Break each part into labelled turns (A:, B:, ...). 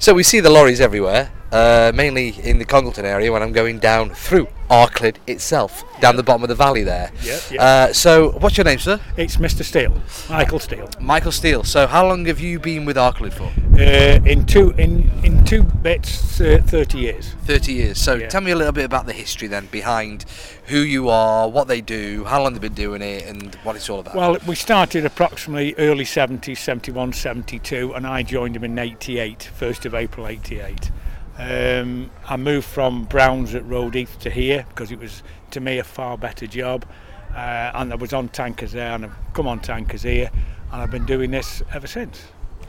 A: So we see the lorries everywhere, uh, mainly in the Congleton area when I'm going down through Arclid itself, down the bottom of the valley there.
B: Yep, yep.
A: Uh, so what's your name, sir?
B: It's Mr. Steele, Michael Steele.
A: Michael Steele. So how long have you been with Arclid for?
B: Uh, in two in in two bits, uh, thirty years.
A: 30 years. So
B: Yeah.
A: tell me a little bit about the history then behind who you are, what they do, how long they've been doing it, and what it's all about.
B: Well, we started approximately early 70s, 71, 72, and I joined him in 88, 1st of April 88. Um, I moved from Browns at Road Heath to here because it was, to me, a far better job. Uh, and I was on tankers there, and I've come on tankers here, and I've been doing this ever since.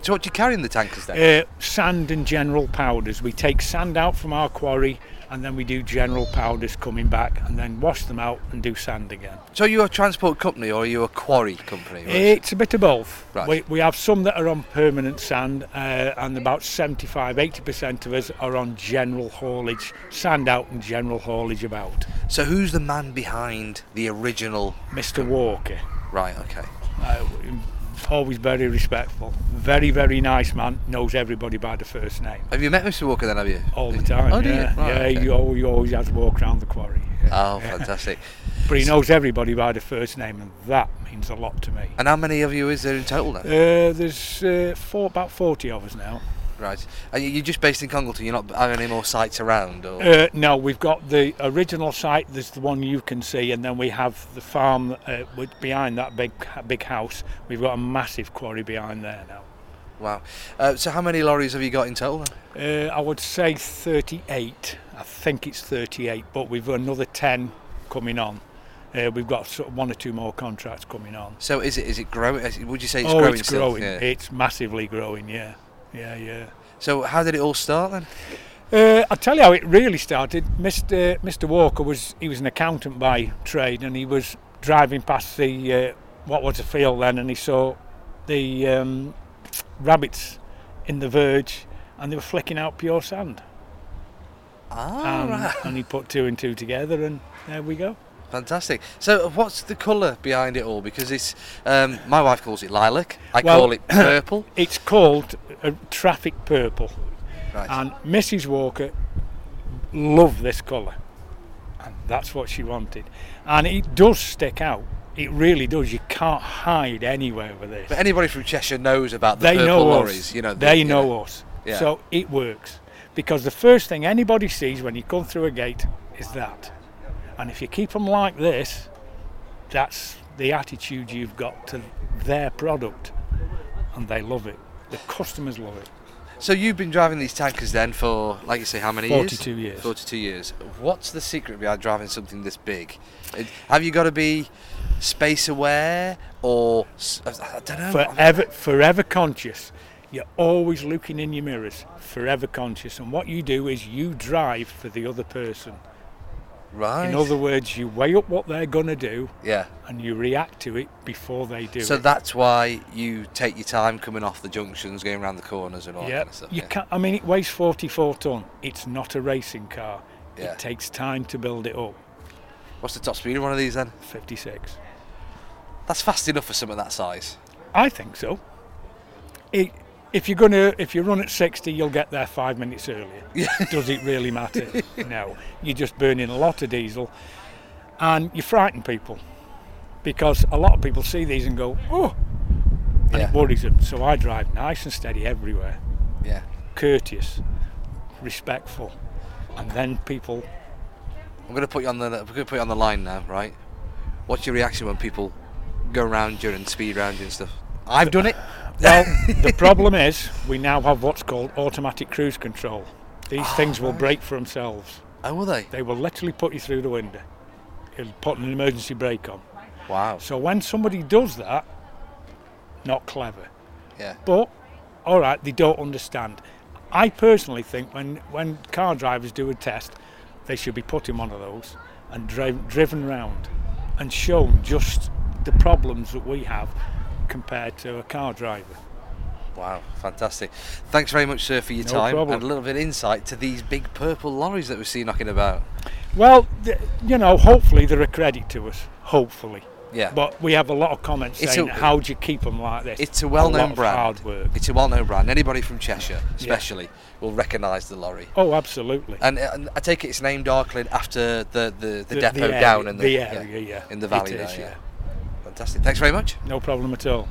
A: so what do you carry in the tankers then?
B: Uh, sand and general powders. We take sand out from our quarry, and then we do general powders coming back, and then wash them out and do sand again.
A: so you're a transport company or are you a quarry company?
B: It's a bit of both.
A: Right.
B: We, we have some that are on permanent sand, uh, and about 75 80% of us are on general haulage, sand out and general haulage about.
A: so who's the man behind the original?
B: Mr. Walker,
A: Right, okay.
B: uh, always very respectful, very, very nice man, knows everybody by the first name
A: Have you met Mr. Walker then, have you?
B: all the time.
A: Oh, do you?
B: yeah,
A: Right,
B: yeah
A: okay.
B: you, al- you always has to walk around the quarry. yeah.
A: Oh, fantastic.
B: But he knows everybody by the first name, and that means a lot to me.
A: and how many of you is there in total now?
B: Uh, there's uh, four, about 40 of us now.
A: Right. And you- you're just based in Congleton, you're not having any more sites around? Or...
B: Uh, no, we've got the original site. There's the one you can see, and then we have the farm uh, with, behind that big big house. We've got a massive quarry behind there now.
A: wow. Uh, so how many lorries have you got in total then?
B: Uh, I would say 38. I think it's 38, but we've another 10 coming on. Uh, we've got sort of one or two more contracts coming on.
A: So is it is it growing? is it- Would you say it's
B: oh,
A: growing
B: it's
A: still?
B: growing.
A: Yeah.
B: It's massively growing. Yeah, yeah, yeah.
A: So how did it all start then?
B: Uh, I'll tell you how it really started. Mr. Mr. Walker was he was an accountant by trade, and he was driving past the uh, what was a field then, and he saw the um, rabbits in the verge, and they were flicking out pure sand.
A: Ah,
B: And,
A: right.
B: and he put two and two together, and there we go.
A: fantastic. So what's the colour behind it all? Because it's um, my wife calls it lilac. I
B: Well-
A: call it purple.
B: It's called uh, traffic purple,
A: Right.
B: and Mrs. Walker loved this colour, and that's what she wanted. And it does stick out. It really does. You can't hide anywhere with this.
A: but anybody from Cheshire knows about the
B: they
A: purple
B: know
A: lorries.
B: us.
A: You know. the-
B: they
A: you
B: know us.
A: Yeah.
B: So it works because the first thing anybody sees when you come through a gate is that, and if you keep them like this, that's the attitude you've got to their product, and they love it. The customers love it.
A: So you've been driving these tankers then for, like you say, how many years?
B: 42 years.
A: Forty-two years. What's the secret behind driving something this big? It- have you got to be space aware or s- I I don't know.
B: forever forever conscious you're always looking in your mirrors forever conscious and what you do is you drive for the other person
A: right.
B: in other words you weigh up what they're going to do
A: yeah.
B: and you react to it before they do
A: So
B: it
A: that's why you take your time coming off the junctions, going around the corners, and all that
B: yeah
A: kind of stuff.
B: you
A: yeah.
B: can't i mean it weighs 44 ton it's not a racing car
A: Yeah.
B: it takes time to build it up
A: What's the top speed of one of these then?
B: 56
A: That's fast enough for something that size.
B: i think so it, if you're gonna if you run at 60 you'll get there five minutes earlier does it really matter no you're just burning a lot of diesel and you frighten people because a lot of people see these and go oh and
A: Yeah.
B: it worries them so i drive nice and steady everywhere
A: Yeah.
B: courteous respectful and then people
A: I'm gonna put you on the I'm gonna put you on the line now, right? What's your reaction when people go round you and speed round you and stuff? I've done it.
B: well the problem is we now have what's called automatic cruise control these things will brake for themselves
A: Oh, were they?
B: they will literally put you through the window. It'll put an emergency brake on.
A: Wow.
B: So when somebody does that, not clever.
A: Yeah.
B: But all right, they don't understand. I personally think when, when car drivers do a test, they should be put in one of those and dri- driven round and shown just the problems that we have compared to a car driver.
A: Wow. Fantastic. Thanks very much, sir, for your
B: No
A: time
B: problem.
A: and a little bit of insight to these big purple lorries that we see knocking about.
B: Well, th- you know, hopefully they're a credit to us. Hopefully.
A: Yeah.
B: But we have a lot of comments
A: It's
B: saying,
A: a-
B: "How do you keep them like this?"
A: It's a well-known
B: lot of
A: brand.
B: Hard work.
A: It's a well-known brand. Anybody from Cheshire, especially, will recognise the lorry.
B: Oh, absolutely.
A: And, and I take it it's named Arkland after the, the, the, depot
B: area-
A: down in the,
B: the area, yeah,
A: in the
B: It
A: valley
B: is,
A: there. Yeah. Fantastic. Thanks very much.
B: No problem at all.